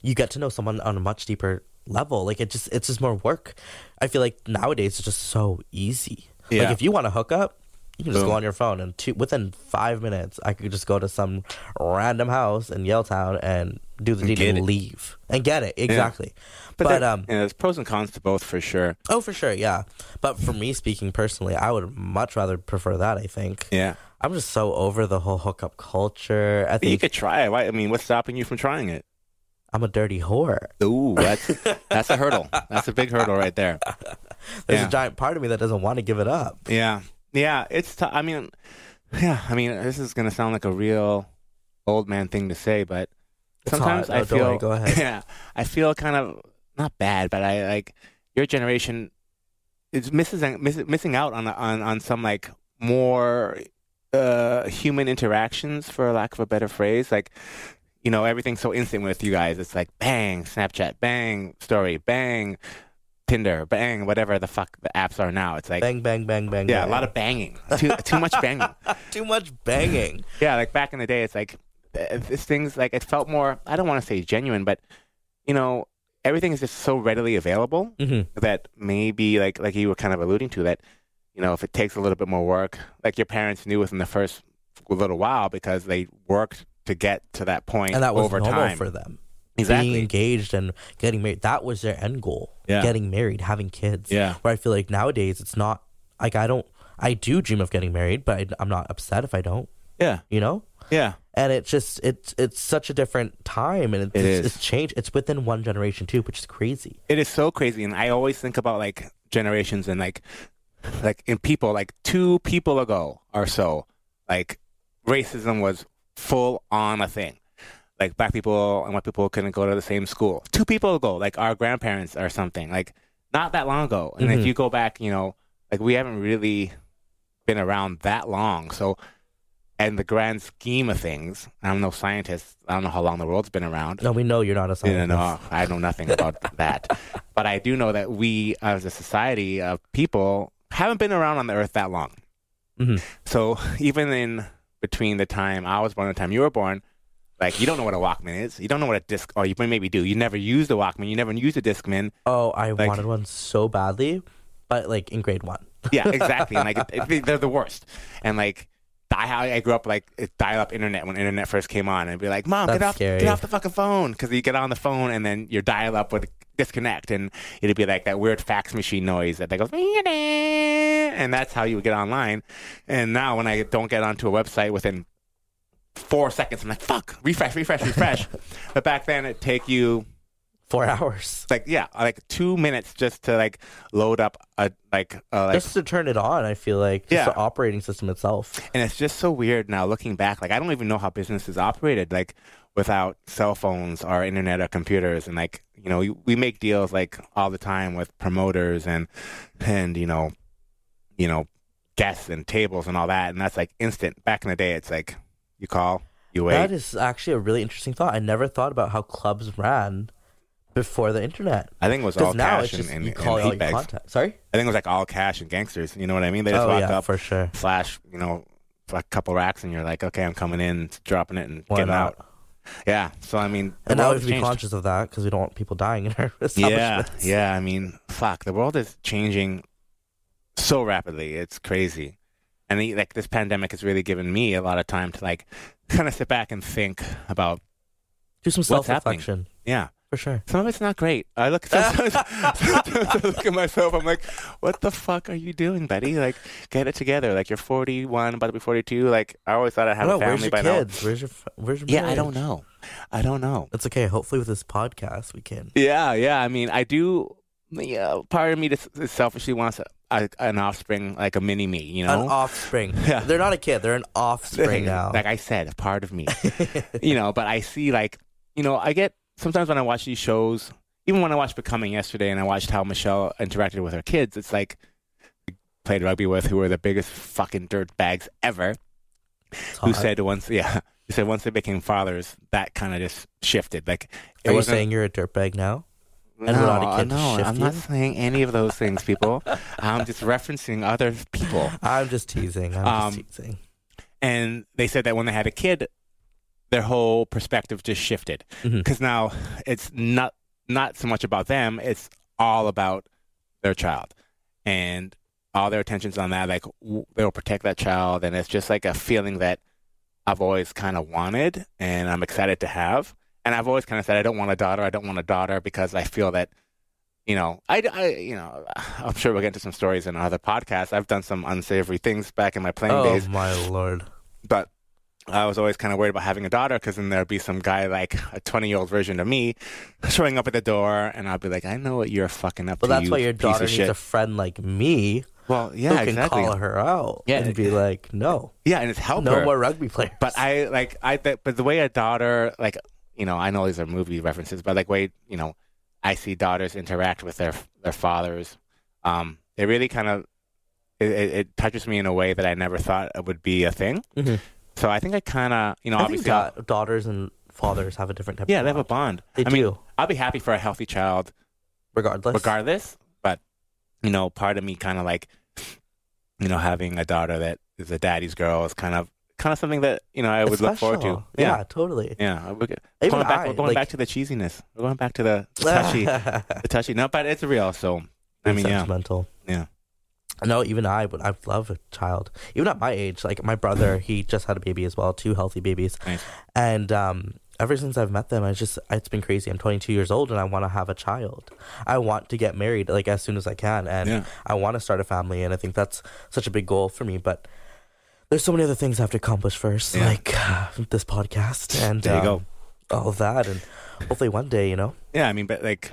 B: you get to know someone on a much deeper level. Like it just it's just more work. I feel like nowadays it's just so easy. Like
A: Yeah.
B: if you want to hook up, you can just go
A: Boom.
B: on your phone and two, within five minutes I could just go to some random house in Yale Town and do the deed
A: get
B: and
A: it.
B: leave and get it exactly. But,
A: there-
B: um,
A: yeah, there's pros and cons to both for sure.
B: Oh, for sure, yeah. But for me speaking personally, I would much rather prefer that. I think.
A: Yeah,
B: I'm just so over the whole hookup culture. I
A: But you
B: think
A: could try it. Why? I mean, what's stopping you from trying it?
B: I'm a dirty whore.
A: Ooh, that's that's a hurdle. That's a big hurdle right there.
B: There's
A: Yeah.
B: a giant part of me that doesn't want to give it up.
A: Yeah, yeah. It's. T- I mean, yeah. I mean, this is gonna sound like a real old man thing to say, but
B: It's
A: sometimes
B: hot.
A: I
B: No, don't
A: feel.
B: worry. Go ahead.
A: Yeah, I feel kind of not bad, but I like your generation is missing miss, missing out on on on some like more uh human interactions for lack of a better phrase like you know everything's so instant with you guys it's like bang snapchat bang story bang tinder bang whatever the fuck the apps are now it's like
B: Bang, bang, bang, bang.
A: yeah,
B: bang.
A: a lot of banging. Too too much banging.
B: too much banging.
A: Yeah, like back in the day, it's like uh, this thing's like it felt more. I don't want to say genuine, but you know, everything is just so readily available
B: hmm
A: that maybe like like you were kind of alluding to that. You know, if it takes a little bit more work, like your parents knew within the first little while because they worked to get to that point
B: And that was
A: over
B: normal
A: time.
B: for them.
A: exactly.
B: Being engaged and getting married. That was their end goal.
A: Yeah.
B: Getting married, having kids.
A: Yeah.
B: Where I feel like nowadays it's not like I don't, I do dream of getting married, but I, I'm not upset if I don't,
A: Yeah.
B: you know?
A: Yeah.
B: and it's just it's it's such a different time and it's,
A: It is.
B: it's, it's changed it's within one generation too which is crazy
A: It is so crazy, and I always think about like generations and like like in people like two people ago or so, like racism was full on a thing. Like black people and white people couldn't go to the same school. Two people ago, like our grandparents or something, like not that long ago. And
B: Mhm.
A: if you go back, you know, like we haven't really been around that long. So, and the grand scheme of things, I'm no scientist. I don't know how long the world's been around.
B: no we know you're not a scientist
A: Yeah, no, uh, I know nothing about that. But I do know that we, as a society of people, haven't been around on the earth that long.
B: Mhm.
A: So even in between the time I was born and the time you were born, like you don't know what a Walkman is. You don't know what a disc, or you maybe do. You never used a Walkman. You never used a Discman.
B: oh i
A: Like-
B: wanted one so badly but like in grade one
A: Yeah, exactly. and like it- it- they're the worst. And like. I, I grew up like dial-up internet when internet first came on, and I'd be like, "Mom, get
B: That's
A: off,
B: scary.
A: get off the fucking phone," because you get on the phone and then your dial-up would disconnect, and it'd be like that weird fax machine noise that, that goes, and that's how you would get online. And now when I don't get onto a website within four seconds, I'm like, "Fuck, refresh, refresh, refresh." but back then, it'd take you
B: four hours
A: like yeah, like two minutes just to like load up a like uh, like
B: just to turn it on i feel like just
A: Yeah.
B: the operating system itself
A: And it's just so weird now looking back. Like I don't even know how businesses operated like without cell phones or internet or computers. And like you know, we, we make deals like all the time with promoters and and you know, you know, guests and tables and all that. And that's like instant. Back in the day, it's like you call, you wait.
B: that is actually a really interesting thought i never thought about how clubs ran before the internet
A: I think it was all
B: because now
A: cash
B: it's just
A: and, and,
B: you call
A: and
B: all
A: heat
B: your
A: bags.
B: contact sorry
A: I think it was like all cash and gangsters. You know what I mean? They just
B: oh
A: walk
B: yeah
A: up,
B: for sure
A: flash, you know, a couple racks, and you're like, okay, I'm coming in, dropping it, and
B: Why
A: getting
B: not?
A: out. Yeah. So I mean, the
B: and now we
A: world
B: have to be
A: changed.
B: conscious of that because we don't want people dying in our
A: Yeah,
B: establishments.
A: yeah. I mean, fuck, the world is changing so rapidly. It's crazy, and the- like this pandemic has really given me a lot of time to like kind of sit back and think about.
B: do some
A: What's happening?
B: self-reflection
A: Yeah,
B: for sure
A: some of it's not great. I look sometimes, sometimes I look at myself. I'm like, what the fuck are you doing, buddy? Like, get it together. Like, you're 41, about to be 42. Like, I always thought I'd have
B: Bro,
A: a family
B: where's your
A: by
B: kids? Where's your f- where's your
A: now. Yeah, I
B: marriage?
A: don't know. I don't know.
B: It's okay. Hopefully, with this podcast, we can.
A: Yeah, yeah. I mean, I do. Yeah, part of me just selfishly wants a, a, an offspring, like a mini me. You
B: An
A: know,
B: offspring.
A: Yeah.
B: They're not a kid. They're an offspring now.
A: like I said, part of me. you know, but I see like you know, I get sometimes when I watch these shows, even when I watched Becoming yesterday, and I watched how Michelle interacted with her kids. It's like played rugby with who were the biggest fucking dirt bags ever.
B: It's
A: Who
B: hot.
A: said once, yeah, who said once they became fathers, that kind of just shifted. Like, it
B: Are you
A: wasn't-
B: saying you're a dirtbag now?
A: no,
B: and we're not a kid to
A: no,
B: shift
A: I'm not
B: you?
A: saying any of those things, people. I'm just referencing other people.
B: I'm just teasing. I'm
A: Um,
B: just teasing.
A: And they said that when they had a kid, their whole perspective just shifted
B: Mhm.
A: because now it's not not so much about them; it's all about their child, and all their attention's on that. Like w- they'll protect that child, and it's just like a feeling that I've always kind of wanted, and I'm excited to have. And I've always kind of said I don't want a daughter. I don't want a daughter because I feel that, you know, I, I you know, I'm sure we'll get into some stories in other podcasts. I've done some unsavory things back in my playing
B: Oh
A: days
B: my lord.
A: but I was always kind of worried about having a daughter because then there'd be some guy like a 20 year old version of me showing up at the door, and I'd be like, I know what you're fucking up
B: Well,
A: to.
B: that's
A: you
B: why your
A: piece
B: daughter
A: of
B: needs
A: shit.
B: a friend like me
A: well,
B: who
A: yeah,
B: can
A: exactly.
B: call her out
A: Yeah.
B: and be like, no,
A: Yeah, and it's help
B: no
A: her.
B: more rugby players.
A: But I like I th- but the way a daughter like you know I know these are movie references, but like way you know I see daughters interact with their their fathers, um, it really kind of it, it, it touches me in a way that I never thought it would be a thing.
B: Mhm.
A: So I think I kind of you know
B: I think
A: obviously
B: da- daughters and fathers have a different type.
A: yeah
B: of
A: they have a bond.
B: bond. They
A: I
B: do,
A: mean, I'll be happy for a healthy child
B: regardless.
A: regardless. But you know, part of me kind of like, you know, having a daughter that is a daddy's girl is kind of kind of something that you know I
B: It's
A: would look forward to.
B: special. Yeah, totally.
A: yeah. We're g-
B: Even
A: going back,
B: I,
A: we're going
B: like-
A: back to the cheesiness. We're going back to the touchy, the touchy. No, but it's real. So I mean, yeah,
B: sentimental.
A: Yeah.
B: No, even I would. I love a child. Even at my age, like my brother, he just had a baby as well, two healthy babies,
A: Nice.
B: and um, ever since I've met them, I just it's been crazy. I'm 22 years old, and I want to have a child. I want to get married like as soon as I can, and
A: Yeah.
B: I want to start a family, and I think that's such a big goal for me. But there's so many other things I have to accomplish first,
A: Yeah.
B: like this podcast and
A: there you
B: um,
A: go.
B: all of that, and hopefully one day, you know,
A: Yeah, I mean, but like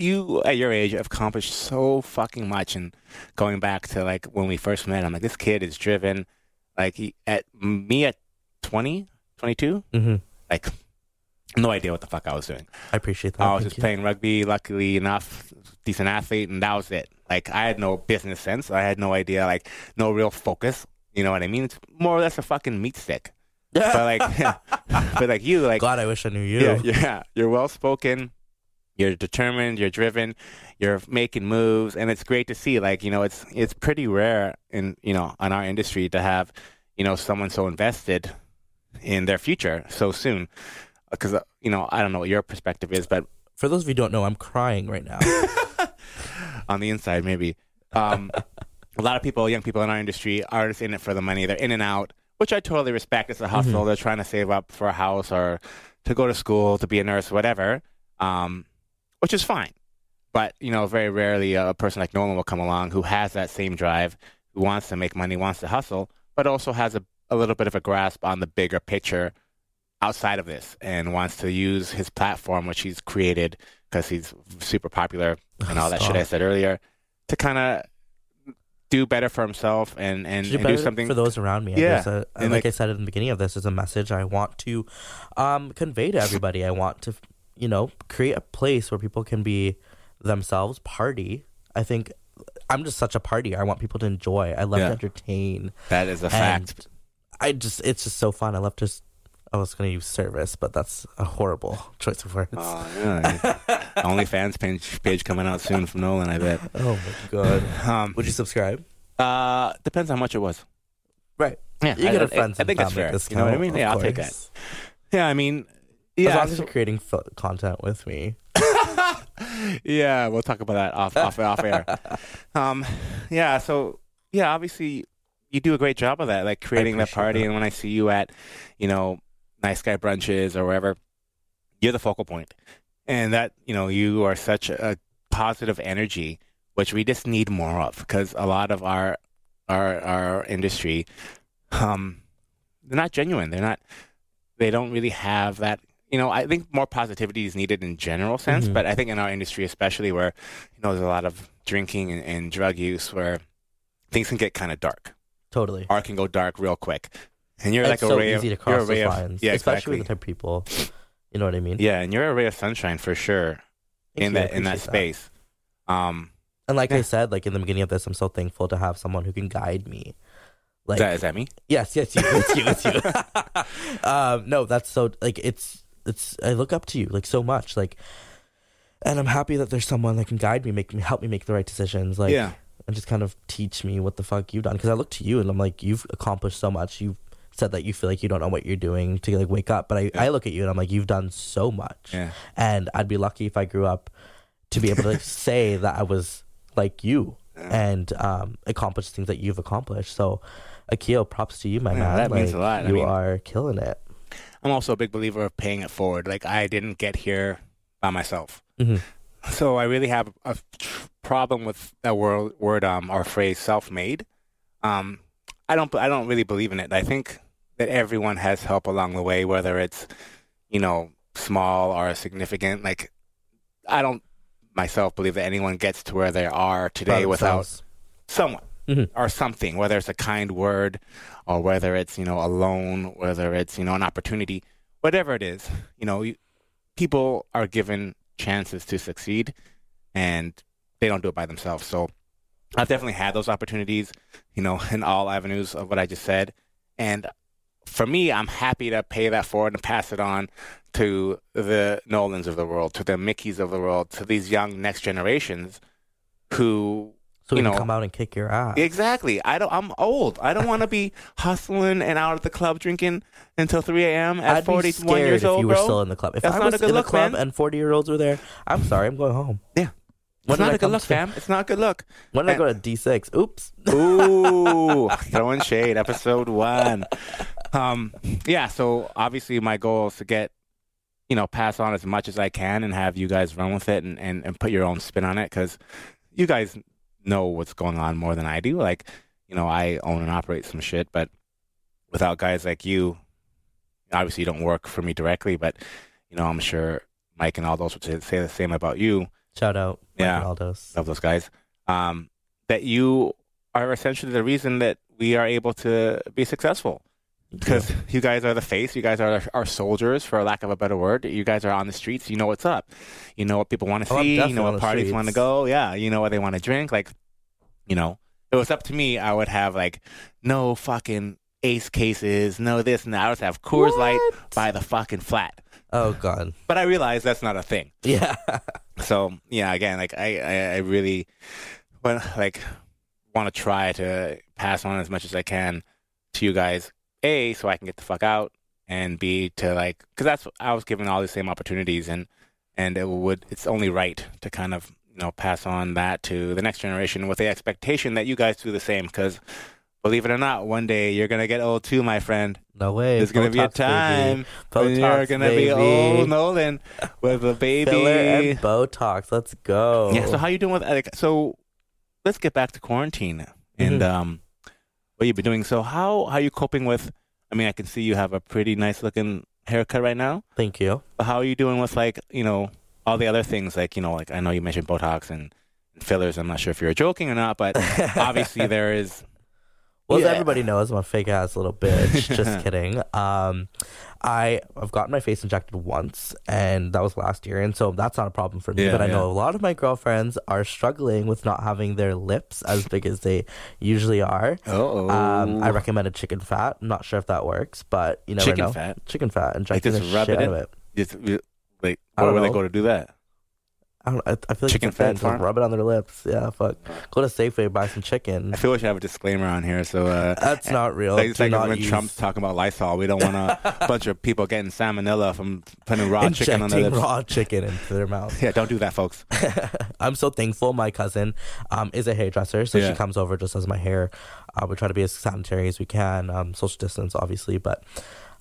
A: you at your age have accomplished so fucking much. And going back to like when we first met, I'm like, this kid is driven. Like he, at me at 20, 22,
B: hmm
A: like no idea what the fuck I was doing.
B: I appreciate that.
A: Oh, I was
B: Oh, Thank
A: just
B: you.
A: playing rugby, luckily enough, decent athlete, and that was it. Like I had no business sense. I had no idea, like no real focus. You know what I mean? It's more or less a fucking meat stick. But like, but like you, like
B: God, I wish I knew you.
A: yeah, yeah. You're well spoken. You're determined. You're driven. You're making moves, and it's great to see. Like you know, it's it's pretty rare in you know in our industry to have you know someone so invested in their future so soon. Because you know, I don't know what your perspective is, but
B: For those of you who don't know, I'm crying right now.
A: on the inside, maybe um, a lot of people, young people in our industry, are just in it for the money. They're in and out, which I totally respect. It's a hustle. They're trying to save up for a house or to go to school, to be a nurse, whatever, um, which is fine. But you know, very rarely a person like Nolan will come along who has that same drive, who wants to make money, wants to hustle, but also has a, a little bit of a grasp on the bigger picture outside of this and wants to use his platform, which he's created because he's super popular and all that
B: Oh.
A: shit I said earlier, to kind of do better for himself and and,
B: To
A: and
B: better
A: do something.
B: for those around me.
A: Yeah.
B: There's A,
A: And,
B: like,
A: like-
B: I said in the beginning of this, is a message I want to um, convey to everybody. I want to, you know, create a place where people can be themselves, party. I think I'm just such a party. I want people to enjoy. I love
A: Yeah.
B: to entertain.
A: that is a fact.
B: And I just, it's just so fun. I love just. I was gonna use service, but that's a horrible choice of words.
A: Oh, yeah. OnlyFans page, page coming out soon from Nolan, I bet.
B: oh my god!
A: Um,
B: Would you subscribe?
A: uh, depends how much it was.
B: Right.
A: Yeah,
B: You
A: I-
B: get
A: I-
B: a friends
A: I,
B: and
A: think that's
B: family
A: fair.
B: discount.
A: You know what I mean?
B: of
A: Yeah, I'll take that.
B: course.
A: Yeah, I mean, yeah,
B: as long as
A: so-
B: you're creating f- content with me.
A: yeah, we'll talk about that off off off air. Um, yeah, so yeah, obviously you do a great job of that, like creating that
B: appreciate
A: party.
B: that.
A: And when I see you at, you know, nice guy brunches or wherever, you're the focal point, and that you know you are such a positive energy, which we just need more of because a lot of our our our industry, um, they're not genuine. They're not. They don't really have that. You know, I think more positivity is needed in general sense,
B: Mhm.
A: but I think in our industry, especially where you know there's a lot of drinking and, and drug use, where things can get kind of dark.
B: Totally.
A: Art can go dark real quick, and you're
B: it's
A: like a
B: so
A: ray
B: easy
A: of
B: to
A: you're a
B: cross
A: ray
B: those
A: of-
B: lines,
A: yeah,
B: especially
A: exactly.
B: with the type of people. You know what I mean?
A: yeah, and you're a ray of sunshine for sure
B: Thank
A: in
B: you, I
A: that in that
B: appreciate
A: space. Um,
B: And like I
A: Yeah.
B: said, like in the beginning of this, I'm so thankful to have someone who can guide me. Like
A: is, that, is that me?
B: Yes, yes, you. It's you. It's you. um, no, that's so like it's it's. I look up to you like so much like, and I'm happy that there's someone that can guide me, make me help me make the right decisions. Like,
A: Yeah.
B: and just kind of teach me what the fuck you've done because I look to you and I'm like you've accomplished so much. You've said that you feel like you don't know what you're doing to like wake up, but I I look at you and I'm like you've done so much.
A: Yeah.
B: And I'd be lucky if I grew up to be able to like, say that I was like you and um, accomplish things that you've accomplished. So, Akio, props to you, my
A: Yeah,
B: man.
A: that means
B: Like,
A: a lot. I
B: You
A: mean-
B: are killing it.
A: I'm also a big believer of paying it forward. Like I didn't get here by myself,
B: Mhm.
A: so I really have a tr- problem with that word, word um, or phrase "self-made." Um, I don't, I don't really believe in it. I think that everyone has help along the way, whether it's you know small or significant. Like I don't myself believe that anyone gets to where they are today without
B: themselves.
A: someone
B: Mhm.
A: or something, whether it's a kind word or whether it's, you know, a loan, whether it's, you know, an opportunity, whatever it is, you know, you, people are given chances to succeed and they don't do it by themselves. So I've definitely had those opportunities, you know, in all avenues of what I just said. And for me, I'm happy to pay that forward and pass it on to the Nolans of the world, to the Mickeys of the world, to these young next generations who
B: So we
A: you
B: can
A: know,
B: come out and kick your ass.
A: Exactly. I don't. I'm old. I don't want to be hustling and out at the club drinking until 3 a.m. at
B: I'd be
A: 41
B: scared
A: years
B: if
A: old,
B: you were
A: bro.
B: still in the club. If
A: That's
B: I
A: not
B: was
A: a good
B: in
A: look,
B: the club
A: man.
B: and 40 year olds were there, I'm sorry, I'm going home. When
A: it's
B: did
A: not
B: I
A: a good
B: come
A: look,
B: to-
A: fam. It's not a good look.
B: When did I
A: And-
B: go to D6? Oops.
A: Ooh, throwing shade, episode one. Um, yeah. So obviously, my goal is to get, you know, pass on as much as I can and have you guys run with it and and, and put your own spin on it because you guys know what's going on more than I do. Like, you know, I own and operate some shit, but without guys like you, obviously you don't work for me directly, but you know, I'm sure Mike and all those would say- say the same about you
B: Shout out. Mike
A: Yeah.
B: Ronaldo's.
A: love those guys. Um, that you are essentially the reason that we are able to be successful because you guys are the face. You guys are our soldiers, for lack of a better word. You guys are on the streets. You know what's up. You know what people want to
B: Oh, I'm
A: see. You
B: definitely
A: know
B: on
A: what
B: the
A: parties want to
B: streets.
A: go. Yeah, you know what they want to drink. Like, you know, if it was up to me. I would have like no fucking ace cases, no this, and that. I would have Coors Light
B: What?
A: by the fucking flat.
B: Oh, God.
A: But I realize that's not a thing
B: Yeah.
A: so yeah again like i i, I really well like want to try to pass on as much as i can to you guys a so i can get the fuck out and b to like because that's i was given all these same opportunities and and it would it's only right to kind of you know pass on that to the next generation with the expectation that you guys do the same because believe it or not one day you're gonna get old too my friend
B: No way.
A: there's gonna be a
B: Botox, baby.
A: time when you're
B: Botox,
A: gonna be
B: baby.
A: old nolan with a baby
B: Filler and Botox. Let's go.
A: yeah. So how you doing with like? So let's get back to quarantine and
B: Mhm.
A: um, what you've been doing. So how how you coping with? I mean, I can see you have a pretty nice looking haircut right now.
B: Thank you.
A: But how are you doing with like you know all the other things like you know like I know you mentioned Botox and fillers. I'm not sure if you're joking or not, but obviously there is.
B: Well,
A: Yeah.
B: as everybody knows, I'm a fake ass little bitch. Just kidding. Um, I I've gotten my face injected once, and that was last year, and so that's not a problem for me.
A: Yeah,
B: but I
A: yeah.
B: know a lot of my girlfriends are struggling with not having their lips as big as they usually are.
A: Oh,
B: Um, I recommended chicken fat. I'm not sure if that works, but you never
A: chicken
B: know.
A: fat.
B: Chicken fat
A: Like
B: injected
A: just
B: the
A: rub
B: shit
A: it
B: out
A: in.
B: of it.
A: Just, uh, like
B: I
A: where
B: don't
A: would they
B: know.
A: go to do that?
B: I don't. I, I feel like
A: Chicken
B: chicken fat.
A: fat
B: Just
A: farm?
B: rub it on their lips. Yeah, fuck. Go to Safeway, buy some chicken.
A: I feel we should have a disclaimer on here. So uh,
B: That's not real.
A: Like, it's
B: Do
A: like
B: not
A: when
B: use
A: Trump's talking about Lysol. We don't want a bunch of people getting salmonella from putting raw chicken on their
B: injecting
A: lips.
B: raw chicken into their mouth.
A: Yeah, don't do that, folks.
B: I'm so thankful. My cousin um, is a hairdresser, so
A: Yeah.
B: she comes over just does my hair. Uh, we try to be as sanitary as we can, um, social distance, obviously, but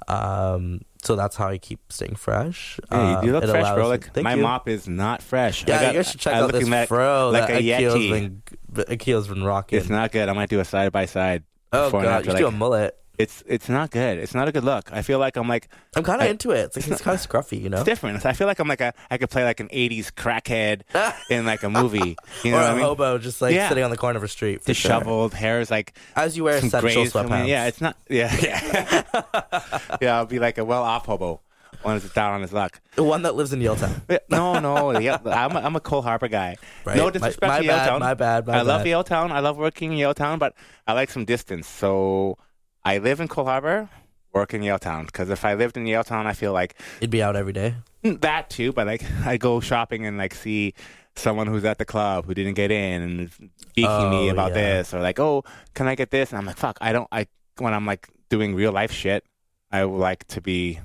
B: um, so that's how I keep staying fresh.
A: Hey, you
B: Um,
A: look
B: it
A: fresh, bro.
B: allows-
A: Like
B: thank
A: my
B: you.
A: mop is not fresh.
B: Yeah,
A: I got-
B: you guys should check
A: I
B: out
A: looking
B: this
A: at-
B: fro
A: like
B: that
A: a
B: Akil's
A: Yeti.
B: been Akil's been rocking.
A: It's not good. I might do a side by side.
B: oh
A: before
B: god,
A: and after,
B: you should do a
A: like-
B: mullet.
A: It's it's not good. It's not a good look. I feel like I'm like
B: I'm kind
A: I-
B: of into it. It's like it's kind of scruffy, you know.
A: it's different. I feel like I'm like a I could play like an '80s crackhead in like a movie. You know
B: or
A: what
B: a
A: I mean?
B: hobo just like
A: Yeah.
B: sitting on the corner of a street. For sure.
A: Disheveled, hair is like
B: As you wear
A: some
B: essential
A: grays coming in.
B: sweatpants.
A: Yeah, it's not. Yeah, yeah, yeah. I'll be like a well-off hobo. One is down on his luck.
B: The one that lives in Yaletown.
A: No, no. yeah, I'm a, I'm a Cole Harper guy.
B: Right.
A: No disrespect
B: my, my
A: to
B: bad,
A: Yaletown.
B: My bad. My
A: I
B: bad.
A: love Yale Town. I love working in Yale Town, but I like some distance. So I live in Cole Harbor, work in Yale Town. Because if I lived in Yale Town, I feel like
B: It'd be out every day.
A: mm, that too. But like I go shopping and like see someone who's at the club who didn't get in and is beaking me
B: Oh,
A: about
B: yeah.
A: this or like, oh, can I get this? And I'm like, fuck, I don't. I when I'm like doing real life shit, I would like to be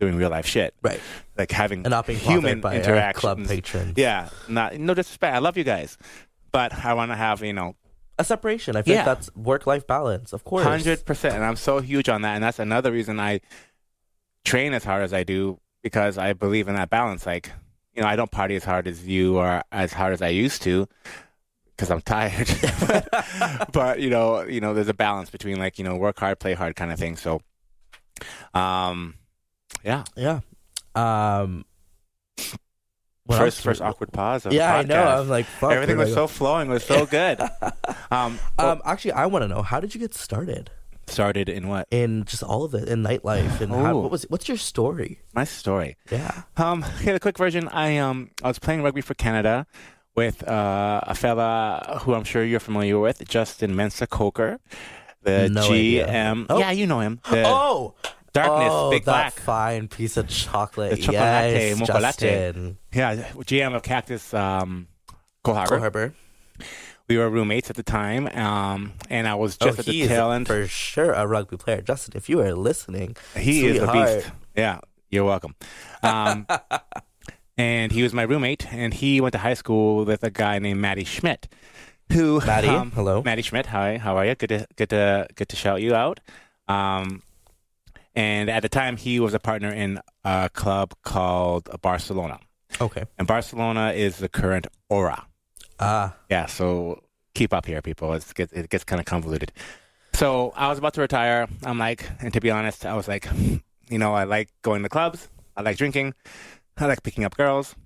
A: doing real life shit,
B: Right.
A: like having
B: And not being bothered
A: human
B: by our club
A: interactions.
B: patron.
A: Yeah, not no disrespect. I love you guys, but I want to have you know
B: A separation. I think
A: Yeah.
B: that's work life balance, of course.
A: Hundred percent, and I'm so huge on that, and that's another reason I train as hard as I do because I believe in that balance. Like, you know, I don't party as hard as you or as hard as I used to because I'm tired. but you know, you know, there's a balance between like you know, work hard, play hard, kind of thing. So, um, yeah.
B: Yeah. Um what
A: first,
B: else?
A: first awkward pause. Of the
B: Yeah, I know.
A: podcast.
B: I'm like, fuck.
A: Everything
B: where
A: was
B: do
A: so flowing, was so good. um,
B: I go? um, actually, I want to know how did you get started
A: started in what?
B: in just all of it in nightlife and how,
A: Ooh.
B: what was what's your story?
A: My story.
B: Yeah,
A: Um, okay, the quick version. I um, I was playing rugby for Canada with uh, a fella who I'm sure you're familiar with, Justin Mensa Coker, the
B: No idea.
A: GM.
B: Oh.
A: Yeah, you know him. The
B: oh,
A: Darkness,
B: oh,
A: Big
B: that
A: Black.
B: fine piece of chocolate.
A: The chocolate
B: yes,
A: latte, mocha latte.
B: Justin.
A: yeah, GM of Cactus um, Cole Harbor.
B: Cole Harbour.
A: We were roommates at the time, um, and I was just
B: oh,
A: at the
B: he's
A: tail end.
B: for sure a rugby player. Justin, if you are listening,
A: He is a
B: Sweetheart.
A: beast. Yeah, you're welcome. Um, and he was my roommate, and he went to high school with a guy named Matty Schmidt, who
B: Maddie,
A: um,
B: hello.
A: Maddie Schmidt, hi, how are you? Good to good to good to shout you out. Um, and at the time, he was a partner in a club called Barcelona,
B: Okay.
A: and Barcelona is the current Aura.
B: Ah,
A: Yeah, so keep up here, people. It's, get- it gets kind of convoluted. So I was about to retire. I'm like, and to be honest, I was like, you know, I like going to clubs. I like drinking. I like picking up girls.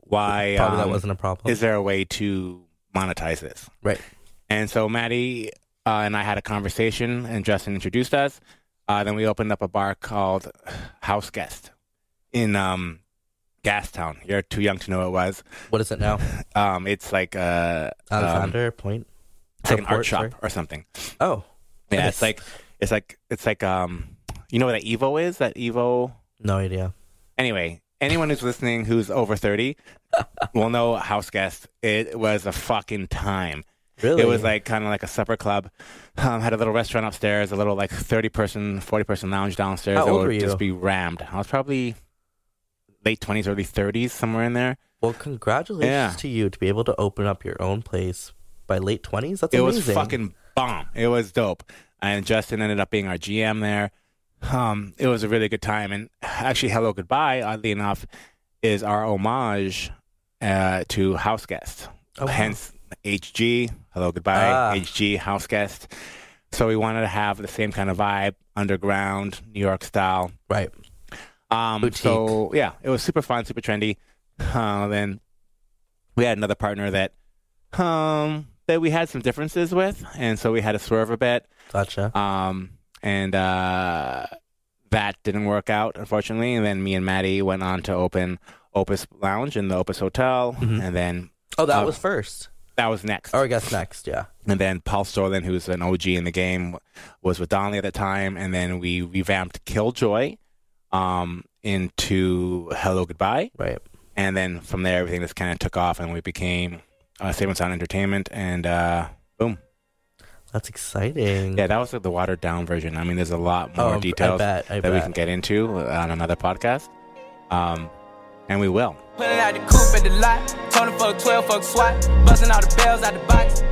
A: Why?
B: probably that
A: um,
B: wasn't a problem.
A: Is there a way to monetize this?
B: Right.
A: And so Maddie uh, and I had a conversation, and Justin introduced us. Uh, then we opened up a bar called House Guest in um, Gastown. You're too young to know what it was.
B: what is it now?
A: Um, it's like uh, um,
B: Alexander Point.
A: it's like an
B: Support,
A: art shop
B: sorry.
A: or something.
B: Oh
A: Yeah,
B: Nice.
A: it's like it's like it's like um, you know what that Evo is? That Evo.
B: no idea.
A: Anyway, anyone who's listening who's over thirty will know House Guest. It was a fucking time.
B: Really,
A: It was like kind of like a supper club. Um, had a little restaurant upstairs, a little like thirty person, forty person lounge downstairs.
B: How
A: it
B: old
A: would
B: were you?
A: just be rammed. I was probably late twenties, early thirties, somewhere in there.
B: well, congratulations
A: Yeah.
B: to you to be able to open up your own place by late twenties. That's
A: it
B: amazing.
A: was fucking bomb. It was dope. And Justin ended up being our GM there. Um, it was a really good time. And actually, Hello Goodbye, oddly enough, is our homage uh, to House Guest.
B: Oh, wow.
A: Hence HG, Hello Goodbye,
B: Ah.
A: HG, House Guest. So we wanted to have the same kind of vibe, underground, New York style.
B: right.
A: Um,
B: Boutique.
A: so yeah, it was super fun, super trendy. Uh, then we had another partner that um, that we had some differences with, and so we had a swerve a bit,
B: Gotcha.
A: um, and uh, that didn't work out unfortunately. And then me and Maddie went on to open Opus Lounge in the Opus Hotel, and then
B: Oh, that
A: uh,
B: was first.
A: that was next.
B: Or I guess next. Yeah.
A: And then Paul Storlin, who's an OG in the game, was with Donnelly at the time. And then we revamped Killjoy um, into Hello Goodbye.
B: Right.
A: And then from there, everything just kind of took off, and we became uh, Saving Sound Entertainment. And uh,
B: Mm-hmm.
A: boom,
B: That's exciting.
A: yeah, that was the watered down version. I mean, there's a lot more
B: Oh, I
A: details that
B: bet. I
A: we
B: bet.
A: can get into on another podcast, um, and we will.
C: Pulling out the coupe at the lot. Tony fuck 12, fuck SWAT. Busting all the bells out the box. Mm.